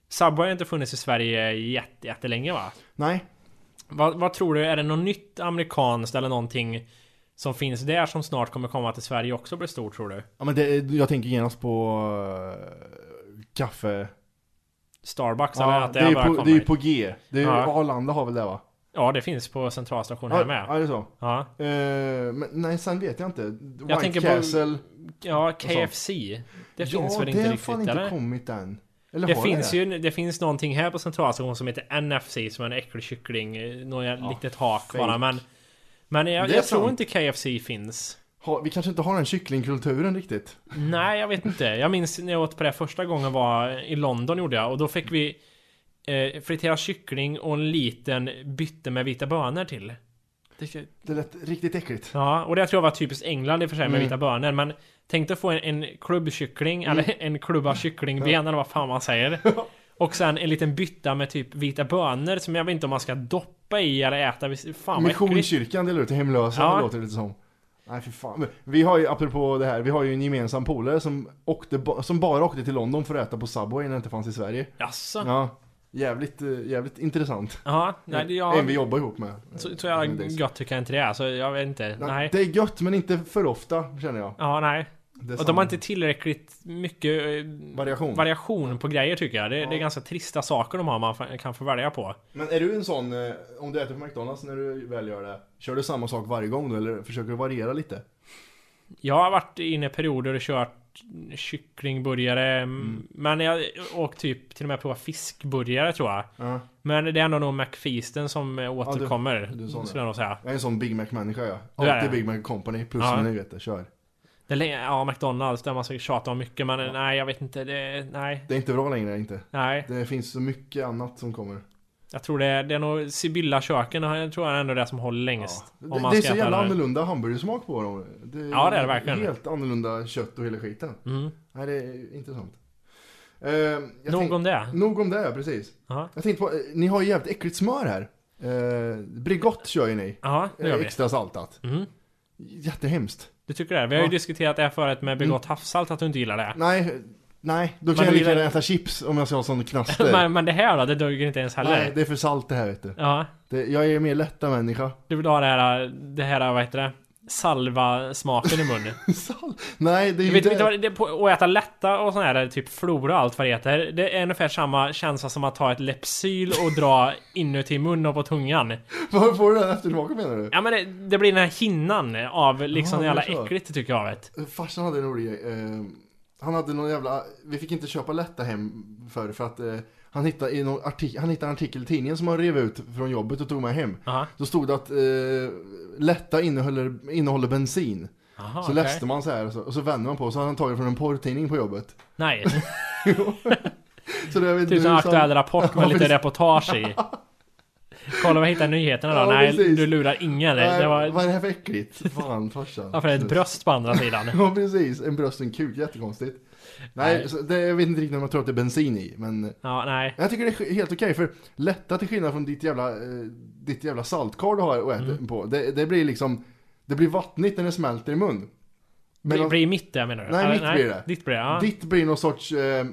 [SPEAKER 3] Subway har inte funnits i Sverige jätte, jättelänge va?
[SPEAKER 2] Nej.
[SPEAKER 3] Vad, vad tror du, är det något nytt amerikanskt eller någonting som finns där som snart kommer komma till Sverige också och bli stort tror du?
[SPEAKER 2] Ja, men det, jag tänker genast på eh, kaffe.
[SPEAKER 3] Starbucks eller
[SPEAKER 2] Ja,
[SPEAKER 3] att
[SPEAKER 2] det
[SPEAKER 3] det, har
[SPEAKER 2] är
[SPEAKER 3] börjat
[SPEAKER 2] på,
[SPEAKER 3] komma
[SPEAKER 2] det är
[SPEAKER 3] hit?
[SPEAKER 2] på G. Det är,
[SPEAKER 3] Ja.
[SPEAKER 2] Arlanda har väl det va?
[SPEAKER 3] Ja, det finns på centralstationen
[SPEAKER 2] Ja,
[SPEAKER 3] här
[SPEAKER 2] ja,
[SPEAKER 3] med.
[SPEAKER 2] det är så.
[SPEAKER 3] Ja.
[SPEAKER 2] Eh, men, nej, sen vet jag inte. White
[SPEAKER 3] tänker på-
[SPEAKER 2] Castle.
[SPEAKER 3] Ja, KFC. Det finns
[SPEAKER 2] ja,
[SPEAKER 3] väl inte
[SPEAKER 2] det har
[SPEAKER 3] riktigt
[SPEAKER 2] fan inte
[SPEAKER 3] eller?
[SPEAKER 2] kommit än. Eller
[SPEAKER 3] Det
[SPEAKER 2] har
[SPEAKER 3] finns
[SPEAKER 2] det?
[SPEAKER 3] ju, det finns någonting här på centralstationen som heter NFC som är en äcklig kyckling. eh, Något litet hak bara men... Men jag,
[SPEAKER 2] Det är
[SPEAKER 3] jag tror
[SPEAKER 2] sant.
[SPEAKER 3] inte KFC finns.
[SPEAKER 2] Har, vi kanske inte har den kycklingkulturen riktigt.
[SPEAKER 3] Nej, jag vet inte. Jag minns när jag åt på det första gången var i London gjorde jag och då fick vi eh, friterad kyckling och en liten bytte med vita bönor till. Det,
[SPEAKER 2] Det lät riktigt äckligt.
[SPEAKER 3] Ja, och det tror jag var typiskt England i och för sig med vita bönor. Men tänk dig att få en, en klubbkyckling, eller en klubba kycklingben eller vad fan man säger. Och sen en liten bytta med typ vita bönor som jag vet inte om man ska doppa i eller äta. Visst, Fan vad äckligt.
[SPEAKER 2] Missionskyrkan delar ut till hemlösa,
[SPEAKER 3] Ja.
[SPEAKER 2] det låter det lite som. Nej fy fan. Men Vi har ju, apropå det här, vi har ju en gemensam polare som, åkte, ba- som bara åkte till London för att äta på Subway när det inte fanns i Sverige.
[SPEAKER 3] Jaså? Ja,
[SPEAKER 2] Ja, jävligt, eh, jävligt intressant.
[SPEAKER 3] nej, det-
[SPEAKER 2] En vi
[SPEAKER 3] jag,
[SPEAKER 2] jobbar ihop med.
[SPEAKER 3] så, så jävla gött tycker jag inte det är. Så jag vet inte. Nej.
[SPEAKER 2] Det är gött men inte för ofta känner jag.
[SPEAKER 3] Ja, nej.
[SPEAKER 2] Det är
[SPEAKER 3] Och de
[SPEAKER 2] samma
[SPEAKER 3] har inte tillräckligt mycket eh,
[SPEAKER 2] variation.
[SPEAKER 3] variation på grejer tycker jag. Det, det är ganska trista saker de har man fa- kan få välja på.
[SPEAKER 2] men är du en sån, eh, om du äter på McDonalds när du väl gör det, kör du samma sak varje gång då eller försöker du variera lite?
[SPEAKER 3] Jag har varit inne i perioder och kört kycklingburgare.
[SPEAKER 2] Mm.
[SPEAKER 3] Men jag och typ till och med provat fiskburgare tror jag.
[SPEAKER 2] Ja.
[SPEAKER 3] Men det är ändå nog McFeasten som eh,
[SPEAKER 2] du-
[SPEAKER 3] återkommer.
[SPEAKER 2] du sa det.
[SPEAKER 3] skulle jag nog säga.
[SPEAKER 2] Jag är en sån Big Mac-människa jag.
[SPEAKER 3] Du är
[SPEAKER 2] Alltid
[SPEAKER 3] det.
[SPEAKER 2] Big Mac Company, plus
[SPEAKER 3] Ja.
[SPEAKER 2] ja. meny vet du, kör.
[SPEAKER 3] Det är, länge- ja, McDonalds. Där man ska tjata om mycket. Men eh, nej, jag vet inte. Det, nej.
[SPEAKER 2] Det är inte bra längre inte.
[SPEAKER 3] Nej.
[SPEAKER 2] Det finns så mycket annat som kommer.
[SPEAKER 3] Jag tror det, är- det är nog Sibylla köken. Jag tror jag ändå det som håller längst.
[SPEAKER 2] Det,
[SPEAKER 3] Om man
[SPEAKER 2] det är
[SPEAKER 3] ska
[SPEAKER 2] så
[SPEAKER 3] äta
[SPEAKER 2] jävla
[SPEAKER 3] den.
[SPEAKER 2] annorlunda hamburgersmak på dem. är
[SPEAKER 3] Ja, det är det verkligen.
[SPEAKER 2] Helt annorlunda kött och hela skiten.
[SPEAKER 3] Mm.
[SPEAKER 2] Nej, det är intressant. Eh, jag
[SPEAKER 3] Nog
[SPEAKER 2] tänk-
[SPEAKER 3] om det.
[SPEAKER 2] Nog om det, ja, precis.
[SPEAKER 3] Ja,
[SPEAKER 2] Jag tänkte på, eh, ni har ju jävligt äckligt smör här. Eh, Brigott kör ju ni.
[SPEAKER 3] ja det gör
[SPEAKER 2] Eh,
[SPEAKER 3] vi.
[SPEAKER 2] Extra saltat.
[SPEAKER 3] Mm.
[SPEAKER 2] Jättehemskt.
[SPEAKER 3] Du tycker det? Vi har ju
[SPEAKER 2] Ja. Mm.
[SPEAKER 3] diskuterat det här förut med Bregott havssalt, att du inte gillar det.
[SPEAKER 2] Nej, nej. Då
[SPEAKER 3] Men
[SPEAKER 2] kan jag
[SPEAKER 3] du
[SPEAKER 2] lika gärna
[SPEAKER 3] gillar-
[SPEAKER 2] äta chips om jag ska ha sån knaster.
[SPEAKER 3] Men, men det här då? Det duger inte ens heller?
[SPEAKER 2] nej, det är för salt det här vet du.
[SPEAKER 3] Ja.
[SPEAKER 2] Det, jag är mer lätta människa.
[SPEAKER 3] Du vill ha det här, det här vad heter det? Salva-smaken i munnen.
[SPEAKER 2] Salt? Nej, det är
[SPEAKER 3] Du
[SPEAKER 2] ju
[SPEAKER 3] vet,
[SPEAKER 2] det.
[SPEAKER 3] vet, du vad det, på, att äta lätta och sån här, typ flora och allt vad det heter. Det är ungefär samma känsla som att ta ett Lepsyl och dra inuti munnen och på tungan.
[SPEAKER 2] Var får du den eftersmaken menar du?
[SPEAKER 3] Ja men det, det blir den här hinnan av liksom
[SPEAKER 2] Ja, det
[SPEAKER 3] det jävla
[SPEAKER 2] är så.
[SPEAKER 3] äckligt tycker jag vet.
[SPEAKER 2] Farsan hade en rolig grej. Eh, han hade någon jävla... Vi fick inte köpa lätta hem för för att eh, han, hittade i någon artik- han hittade en artikel i tidningen som han rev ut från jobbet och tog med hem.
[SPEAKER 3] Aha.
[SPEAKER 2] Då stod det att eh, lätta innehåller, innehåller bensin.
[SPEAKER 3] Aha,
[SPEAKER 2] så
[SPEAKER 3] Ah, okej.
[SPEAKER 2] läste man så här och så, och så vände man på så hade han tagit från en porrtidning på jobbet.
[SPEAKER 3] Nej,
[SPEAKER 2] Så det, jag vet,
[SPEAKER 3] typ som
[SPEAKER 2] hur
[SPEAKER 3] en
[SPEAKER 2] sant-
[SPEAKER 3] aktuell rapport med
[SPEAKER 2] Ja,
[SPEAKER 3] lite
[SPEAKER 2] precis.
[SPEAKER 3] reportage i. Kolla vad jag hittar i nyheterna då.
[SPEAKER 2] Ja,
[SPEAKER 3] Nej,
[SPEAKER 2] precis.
[SPEAKER 3] du lurar ingen. Det,
[SPEAKER 2] Nej,
[SPEAKER 3] det var...
[SPEAKER 2] Vad är det här för äckligt? Fan farsan.
[SPEAKER 3] Varför är det ett bröst på andra sidan?
[SPEAKER 2] Ja precis, en bröst och en kuk, jättekonstigt. Nej,
[SPEAKER 3] Nej.
[SPEAKER 2] Så det, jag vet inte riktigt om jag tror att det är bensin i, men eh,
[SPEAKER 3] Ja, nej.
[SPEAKER 2] jag tycker det är sk- helt okej för lätta till skillnad från ditt jävla, eh, ditt jävla saltkar du har och äter
[SPEAKER 3] Mm.
[SPEAKER 2] på. Det, det blir liksom, det blir vattnigt när det smälter i mun.
[SPEAKER 3] Blir,
[SPEAKER 2] Medan-
[SPEAKER 3] blir mitt det menar du?
[SPEAKER 2] Nej, mitt blir det.
[SPEAKER 3] Ditt blir det, ja.
[SPEAKER 2] Ditt blir någon sorts, eh,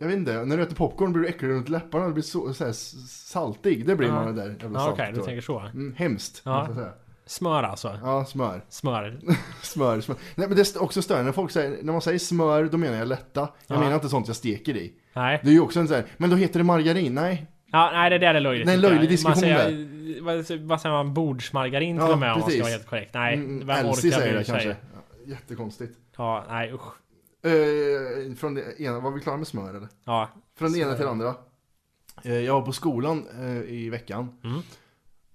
[SPEAKER 2] jag vet inte, när du äter popcorn blir du äcklig runt läpparna, du blir så, så här, s- saltig. Det blir
[SPEAKER 3] Ja.
[SPEAKER 2] man det där jävla
[SPEAKER 3] Ja, Okej,
[SPEAKER 2] saltet
[SPEAKER 3] du
[SPEAKER 2] då.
[SPEAKER 3] tänker så.
[SPEAKER 2] Mm, hemskt,
[SPEAKER 3] Ja.
[SPEAKER 2] måste jag säga.
[SPEAKER 3] Smör alltså.
[SPEAKER 2] Ja, smör.
[SPEAKER 3] Smör.
[SPEAKER 2] Smör, smör. Nej men det är också större när folk säger, när man säger smör då menar jag lätta. Jag
[SPEAKER 3] Ja.
[SPEAKER 2] menar inte sånt jag steker i.
[SPEAKER 3] Nej.
[SPEAKER 2] Det är ju också en sån här, men då heter det margarin, nej.
[SPEAKER 3] Ja, nej, det där är löjligt.
[SPEAKER 2] Det är en
[SPEAKER 3] tycker jag.
[SPEAKER 2] löjlig diskussion
[SPEAKER 3] man säger, vad, vad säger man? Bordsmargarin till
[SPEAKER 2] Ja,
[SPEAKER 3] och med om man ska
[SPEAKER 2] precis.
[SPEAKER 3] vara helt korrekt. Nej,
[SPEAKER 2] Mm,
[SPEAKER 3] vem
[SPEAKER 2] Elsie
[SPEAKER 3] orkar
[SPEAKER 2] säger
[SPEAKER 3] bry
[SPEAKER 2] det
[SPEAKER 3] sig?
[SPEAKER 2] kanske. Ja, Jättekonstigt.
[SPEAKER 3] Ja, nej usch.
[SPEAKER 2] Eh, från det ena, var vi klara med smör eller?
[SPEAKER 3] Ja.
[SPEAKER 2] Från det ena till det andra. Eh, jag var på skolan eh, i veckan.
[SPEAKER 3] Mm.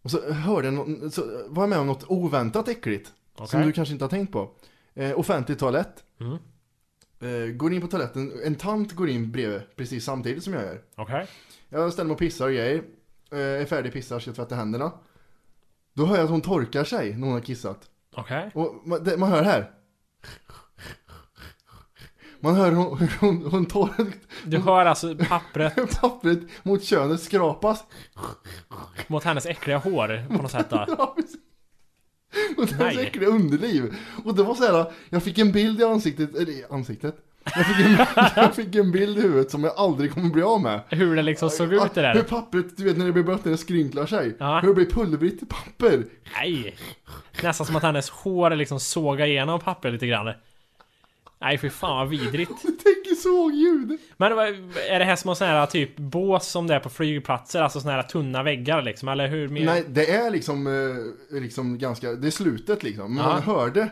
[SPEAKER 2] Och så hörde jag någon, så var jag med om något oväntat äckligt. Som
[SPEAKER 3] Okej.
[SPEAKER 2] du kanske inte har tänkt på. Eh, offentlig toalett.
[SPEAKER 3] Mm.
[SPEAKER 2] Eh, går in på toaletten, en tant går in bredvid precis samtidigt som jag gör.
[SPEAKER 3] Okej.
[SPEAKER 2] Jag ställer mig och pissar och grejer. Eh, är färdig pissar, ska tvätta händerna. Då hör jag att hon torkar sig när hon har kissat.
[SPEAKER 3] Okej.
[SPEAKER 2] Och man, det, man hör här. Man hör hon, hur hon, hon tor-
[SPEAKER 3] Du hör alltså pappret
[SPEAKER 2] pappret mot könet skrapas.
[SPEAKER 3] mot hennes äckliga hår på något sätt då.
[SPEAKER 2] Ja, precis. Och det är så
[SPEAKER 3] Nej.
[SPEAKER 2] äckliga underliv. Och det var så här, jag fick en bild i ansiktet, eller i ansiktet. Jag fick, en, jag fick en bild i huvudet som jag aldrig kommer bli av med.
[SPEAKER 3] Hur det liksom såg ut det
[SPEAKER 2] Ah, Hur
[SPEAKER 3] där.
[SPEAKER 2] pappret, du vet när det blir blött när det skrynklar sig.
[SPEAKER 3] Ja.
[SPEAKER 2] Hur det blir pulverigt i papper.
[SPEAKER 3] Nej! Nästan som att hennes hår liksom sågar igenom papper lite grann. Nej fy fan vad vidrigt.
[SPEAKER 2] Tänk sågljud.
[SPEAKER 3] Men vad- är det här små sådana här typ bås som det är på flygplatser? Alltså sådana här tunna väggar liksom, eller hur? mer-
[SPEAKER 2] Nej, det är liksom, eh, liksom ganska, det är slutet liksom. Men
[SPEAKER 3] Ja.
[SPEAKER 2] man hörde.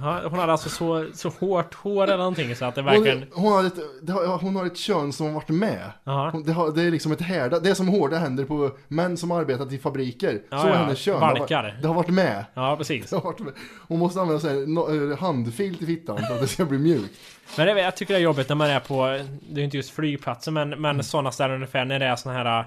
[SPEAKER 3] Ja, Hon hade alltså så, så hårt hår eller någonting så att det
[SPEAKER 2] Hon,
[SPEAKER 3] verkligen...
[SPEAKER 2] hon, har ett, det har, hon har ett kön som har varit med.
[SPEAKER 3] Jaha.
[SPEAKER 2] Hon, det, har, det är liksom ett härda, det är som hårda händer på män som arbetat i fabriker.
[SPEAKER 3] Ja,
[SPEAKER 2] så är
[SPEAKER 3] ja.
[SPEAKER 2] hennes kön. Det har varit-
[SPEAKER 3] Valkar.
[SPEAKER 2] Det har varit med.
[SPEAKER 3] Ja precis.
[SPEAKER 2] Det har varit med. Hon måste använda så här, no, eh, handfil till fittan för att det ska bli mjukt.
[SPEAKER 3] Men det, jag tycker det är jobbigt när man är på, det är ju inte just flygplatser men, men
[SPEAKER 2] Mm.
[SPEAKER 3] sådana ställen ungefär när det är såna här äh,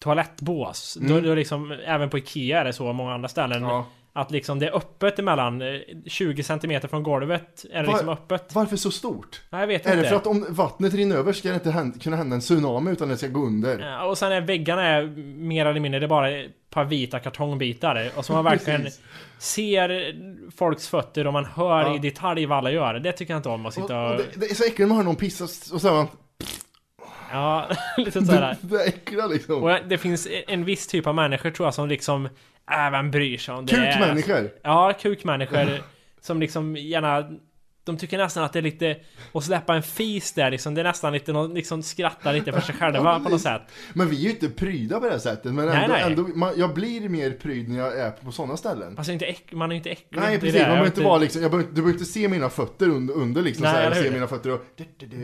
[SPEAKER 3] toalettbås. Då, då liksom, även på Ikea är det så, och många andra ställen.
[SPEAKER 2] Mm. Ja.
[SPEAKER 3] Att liksom det är öppet emellan, eh, 20 centimeter från golvet är det
[SPEAKER 2] Var-
[SPEAKER 3] liksom öppet.
[SPEAKER 2] Varför så stort?
[SPEAKER 3] Nej jag vet
[SPEAKER 2] Är
[SPEAKER 3] inte.
[SPEAKER 2] det för att om vattnet rinner över ska det inte hända, kunna hända en tsunami utan det ska gå under?
[SPEAKER 3] Ja, Och sen är väggarna är mer eller mindre, det är bara ett par vita kartongbitar. Och så man verkligen
[SPEAKER 2] Precis.
[SPEAKER 3] ser folks fötter och man hör
[SPEAKER 2] Ja.
[SPEAKER 3] i detalj vad alla gör. Det tycker jag inte om att
[SPEAKER 2] Och,
[SPEAKER 3] sitta
[SPEAKER 2] och
[SPEAKER 3] och...
[SPEAKER 2] det, det är så äckligt när man hör någon pissa och så är man...
[SPEAKER 3] Ja, lite sådär.
[SPEAKER 2] Det, det är äckliga liksom.
[SPEAKER 3] Och det finns en viss typ av människor tror jag som liksom även bryr sig om det.
[SPEAKER 2] Kukmänniskor.
[SPEAKER 3] Ja, kukmänniskor. som liksom gärna... De tycker nästan att det är lite... Att släppa en fis där liksom. Det är nästan lite... De liksom skrattar lite för sig själva på något sätt.
[SPEAKER 2] Men vi är ju inte pryda på det här sättet. Men
[SPEAKER 3] Nej,
[SPEAKER 2] ändå,
[SPEAKER 3] nej.
[SPEAKER 2] ändå man, jag blir mer pryd när jag är på sådana ställen.
[SPEAKER 3] Alltså inte äck, man är ju inte äcklig. Det
[SPEAKER 2] Nej
[SPEAKER 3] är
[SPEAKER 2] precis,
[SPEAKER 3] det.
[SPEAKER 2] man
[SPEAKER 3] Jag
[SPEAKER 2] behöver
[SPEAKER 3] vet
[SPEAKER 2] inte vara liksom, jag behöver, du behöver inte se mina fötter under, under liksom
[SPEAKER 3] Nej,
[SPEAKER 2] så här,
[SPEAKER 3] eller
[SPEAKER 2] se
[SPEAKER 3] hur?
[SPEAKER 2] mina fötter och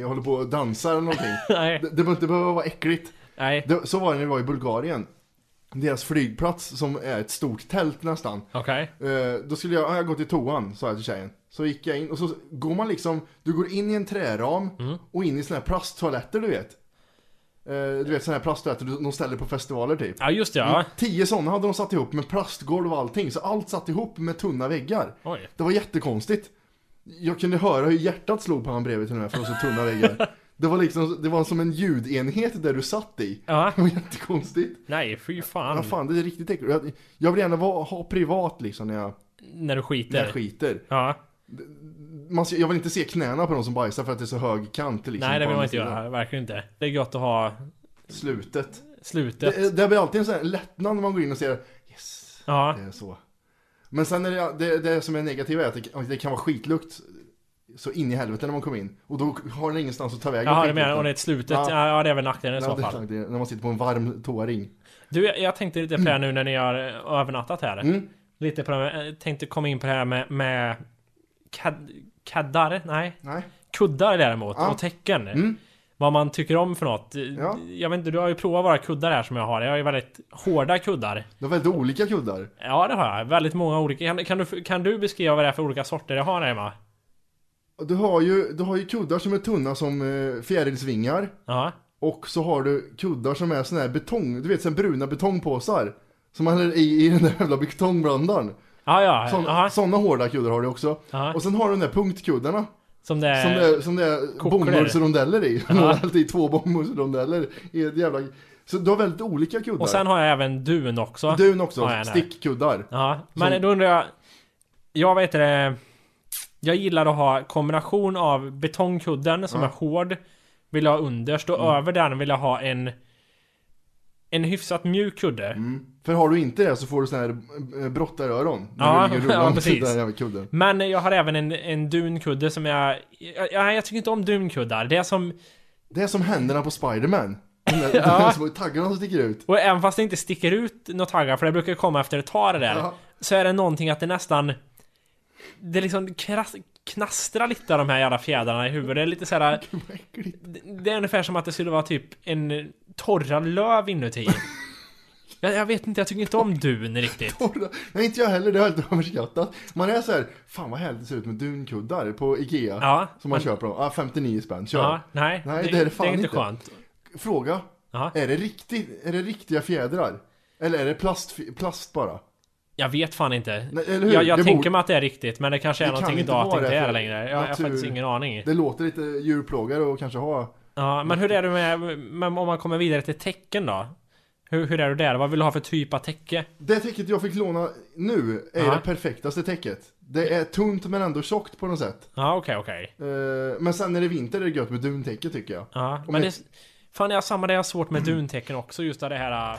[SPEAKER 2] jag håller på och dansar eller någonting.
[SPEAKER 3] Nej.
[SPEAKER 2] det, det behöver inte behöva vara äckligt.
[SPEAKER 3] Nej.
[SPEAKER 2] Det, så var det när vi var i Bulgarien. Deras flygplats som är ett stort tält nästan.
[SPEAKER 3] Okej.
[SPEAKER 2] Eh, då skulle jag, ja, jag går till toan, sa jag till tjejen. Så gick jag in och så går man liksom, du går in i en träram
[SPEAKER 3] Mm.
[SPEAKER 2] och in i såna här plasttoaletter du vet. Eh, du vet såna här plasttoaletter du- de ställer på festivaler typ.
[SPEAKER 3] Ja, just det. Ja.
[SPEAKER 2] Tio sådana hade de satt ihop med plastgolv och allting, så allt satt ihop med tunna väggar.
[SPEAKER 3] Oj.
[SPEAKER 2] Det var jättekonstigt. Jag kunde höra hur hjärtat slog på han bredvid till och med för de så tunna väggar. Det var liksom, det var som en ljudenhet där du satt i.
[SPEAKER 3] Ja.
[SPEAKER 2] Det var jättekonstigt.
[SPEAKER 3] Nej, fy
[SPEAKER 2] Ja
[SPEAKER 3] fan.
[SPEAKER 2] fan, det är riktigt äckligt. Jag, jag vill gärna vara, ha privat liksom när jag,
[SPEAKER 3] När du skiter.
[SPEAKER 2] när jag skiter. Liksom
[SPEAKER 3] Ja.
[SPEAKER 2] Man, ser- jag vill inte se knäna på de som bajsar för att det är så hög kant liksom,
[SPEAKER 3] Nej, det
[SPEAKER 2] på
[SPEAKER 3] vill
[SPEAKER 2] andra
[SPEAKER 3] man inte
[SPEAKER 2] sidan.
[SPEAKER 3] göra. Verkligen inte. Det är gött att ha
[SPEAKER 2] Slutet.
[SPEAKER 3] slutet.
[SPEAKER 2] Det, det blir alltid en sån här lättnad när man går in och ser Yes,
[SPEAKER 3] Ja.
[SPEAKER 2] det är så. Men sen är det, det, det som är negativt är att det, det kan vara skitlukt så in i helvete när man kommer in. Och då har den ingenstans att ta vägen.
[SPEAKER 3] Jaha, du
[SPEAKER 2] skitlukten.
[SPEAKER 3] menar och det är ett slutet.
[SPEAKER 2] Ja.
[SPEAKER 3] Ja, ja det är väl nackdelen i
[SPEAKER 2] Ja,
[SPEAKER 3] så
[SPEAKER 2] det är
[SPEAKER 3] fall.
[SPEAKER 2] klart, det är- när man sitter på en varm toaring.
[SPEAKER 3] Du, jag- jag tänkte lite på det här nu när ni har eh, övernattat här.
[SPEAKER 2] Mm.
[SPEAKER 3] Lite på det, här- jag tänkte komma in på det här med, med kad, kaddar? Nej.
[SPEAKER 2] Nej.
[SPEAKER 3] Kuddar däremot
[SPEAKER 2] Ja.
[SPEAKER 3] och täcken.
[SPEAKER 2] Mm.
[SPEAKER 3] Vad man tycker om för något.
[SPEAKER 2] Ja.
[SPEAKER 3] Jag vet inte, du har ju provat våra kuddar här som jag har. Jag har ju väldigt hårda kuddar.
[SPEAKER 2] Det var väldigt olika kuddar.
[SPEAKER 3] Ja det har jag. Väldigt många olika. Kan, kan, du, kan du beskriva vad det är för olika sorter jag har här hemma?
[SPEAKER 2] Och Du har, ju, du har ju kuddar som är tunna som eh, fjärilsvingar.
[SPEAKER 3] Ja.
[SPEAKER 2] Och så har du kuddar som är sån här betong, du vet sån här bruna betongpåsar. Som man häller i, i den där jävla betongblandaren.
[SPEAKER 3] Ja, ja. Aha.
[SPEAKER 2] Sådana hårda kuddar har du också.
[SPEAKER 3] Ja.
[SPEAKER 2] Och sen har du de där punktkuddarna.
[SPEAKER 3] Som det är...
[SPEAKER 2] Som det är, som det är
[SPEAKER 3] Kokler.
[SPEAKER 2] bomullsrondeller i. De har alltid två bomullsrondeller i ett jävla... Så du har väldigt olika kuddar.
[SPEAKER 3] Och sen har jag även dun också.
[SPEAKER 2] Dun också,
[SPEAKER 3] har jag den här.
[SPEAKER 2] stickkuddar.
[SPEAKER 3] Ja, men
[SPEAKER 2] Som-
[SPEAKER 3] då undrar jag... Jag vet det... Jag gillar att ha kombination av betongkudden som
[SPEAKER 2] Ja. Mm.
[SPEAKER 3] är hård, vill jag ha underst och över den vill jag ha en... En hyfsat mjuk kudde.
[SPEAKER 2] För har du inte det så får du sån här eh, brottaröron. när
[SPEAKER 3] Ja,
[SPEAKER 2] du ligger och rullar
[SPEAKER 3] ja,
[SPEAKER 2] med
[SPEAKER 3] precis.
[SPEAKER 2] Den här jävla kudden.
[SPEAKER 3] Men jag har även en, en dunkudde som jag... Jag, jag... jag tycker inte om dunkuddar. Det är som...
[SPEAKER 2] Det är som händerna på Spiderman. De där, de där
[SPEAKER 3] Ja.
[SPEAKER 2] små taggarna som sticker ut.
[SPEAKER 3] Och även fast det inte sticker ut några taggar, för det brukar komma efter ett tag det där.
[SPEAKER 2] Ja.
[SPEAKER 3] Så är det någonting att det nästan... Det liksom kras, knastrar lite av de här jävla fjädrarna i huvudet. Det är lite såhär...
[SPEAKER 2] Vad äckligt.
[SPEAKER 3] Det- Det är ungefär som att det skulle vara typ en torra löv inuti. jag, jag vet inte, jag tycker inte om dun riktigt.
[SPEAKER 2] Torra. Nej inte jag heller, det har jag inte överskattat. Man är så här, fan vad härligt det ser ut med dunkuddar på Ikea.
[SPEAKER 3] Ja,
[SPEAKER 2] som man
[SPEAKER 3] men-
[SPEAKER 2] köper dem. Ah, 59 spänn, kör.
[SPEAKER 3] Ja, nej,
[SPEAKER 2] Nej, det är det fan
[SPEAKER 3] inte
[SPEAKER 2] inte. Eh.
[SPEAKER 3] skönt.
[SPEAKER 2] Fråga,
[SPEAKER 3] Ja,
[SPEAKER 2] är det, riktigt, är det riktiga fjädrar? Eller är det plast, plast bara?
[SPEAKER 3] jag vet fan inte.
[SPEAKER 2] Nej, eller hur?
[SPEAKER 3] Jag, jag
[SPEAKER 2] Det
[SPEAKER 3] tänker
[SPEAKER 2] borde-
[SPEAKER 3] mig att det är riktigt, men det kanske är
[SPEAKER 2] Det kan
[SPEAKER 3] någonting
[SPEAKER 2] inte
[SPEAKER 3] idag att det
[SPEAKER 2] vara
[SPEAKER 3] inte
[SPEAKER 2] det,
[SPEAKER 3] är
[SPEAKER 2] för
[SPEAKER 3] det längre. Jag, jag har
[SPEAKER 2] natur-
[SPEAKER 3] faktiskt ingen aning.
[SPEAKER 2] Det låter lite djurplågare och kanske ha...
[SPEAKER 3] Ja, men hur är det med, men om man kommer vidare till tecken då? Hur, hur är du där? Vad vill du ha för typ av täcke?
[SPEAKER 2] Det täcket jag fick låna nu är
[SPEAKER 3] Ja.
[SPEAKER 2] det perfektaste täcket. Det är tunt men ändå tjockt på något sätt.
[SPEAKER 3] Ja, okej, okej.
[SPEAKER 2] Eh, men sen när det är vinter är det gött med duntäcke tycker jag.
[SPEAKER 3] Ja,
[SPEAKER 2] Om
[SPEAKER 3] men
[SPEAKER 2] jag-
[SPEAKER 3] det... Fan, jag har samma det jag har svårt med duntäcken också, just det här... äh,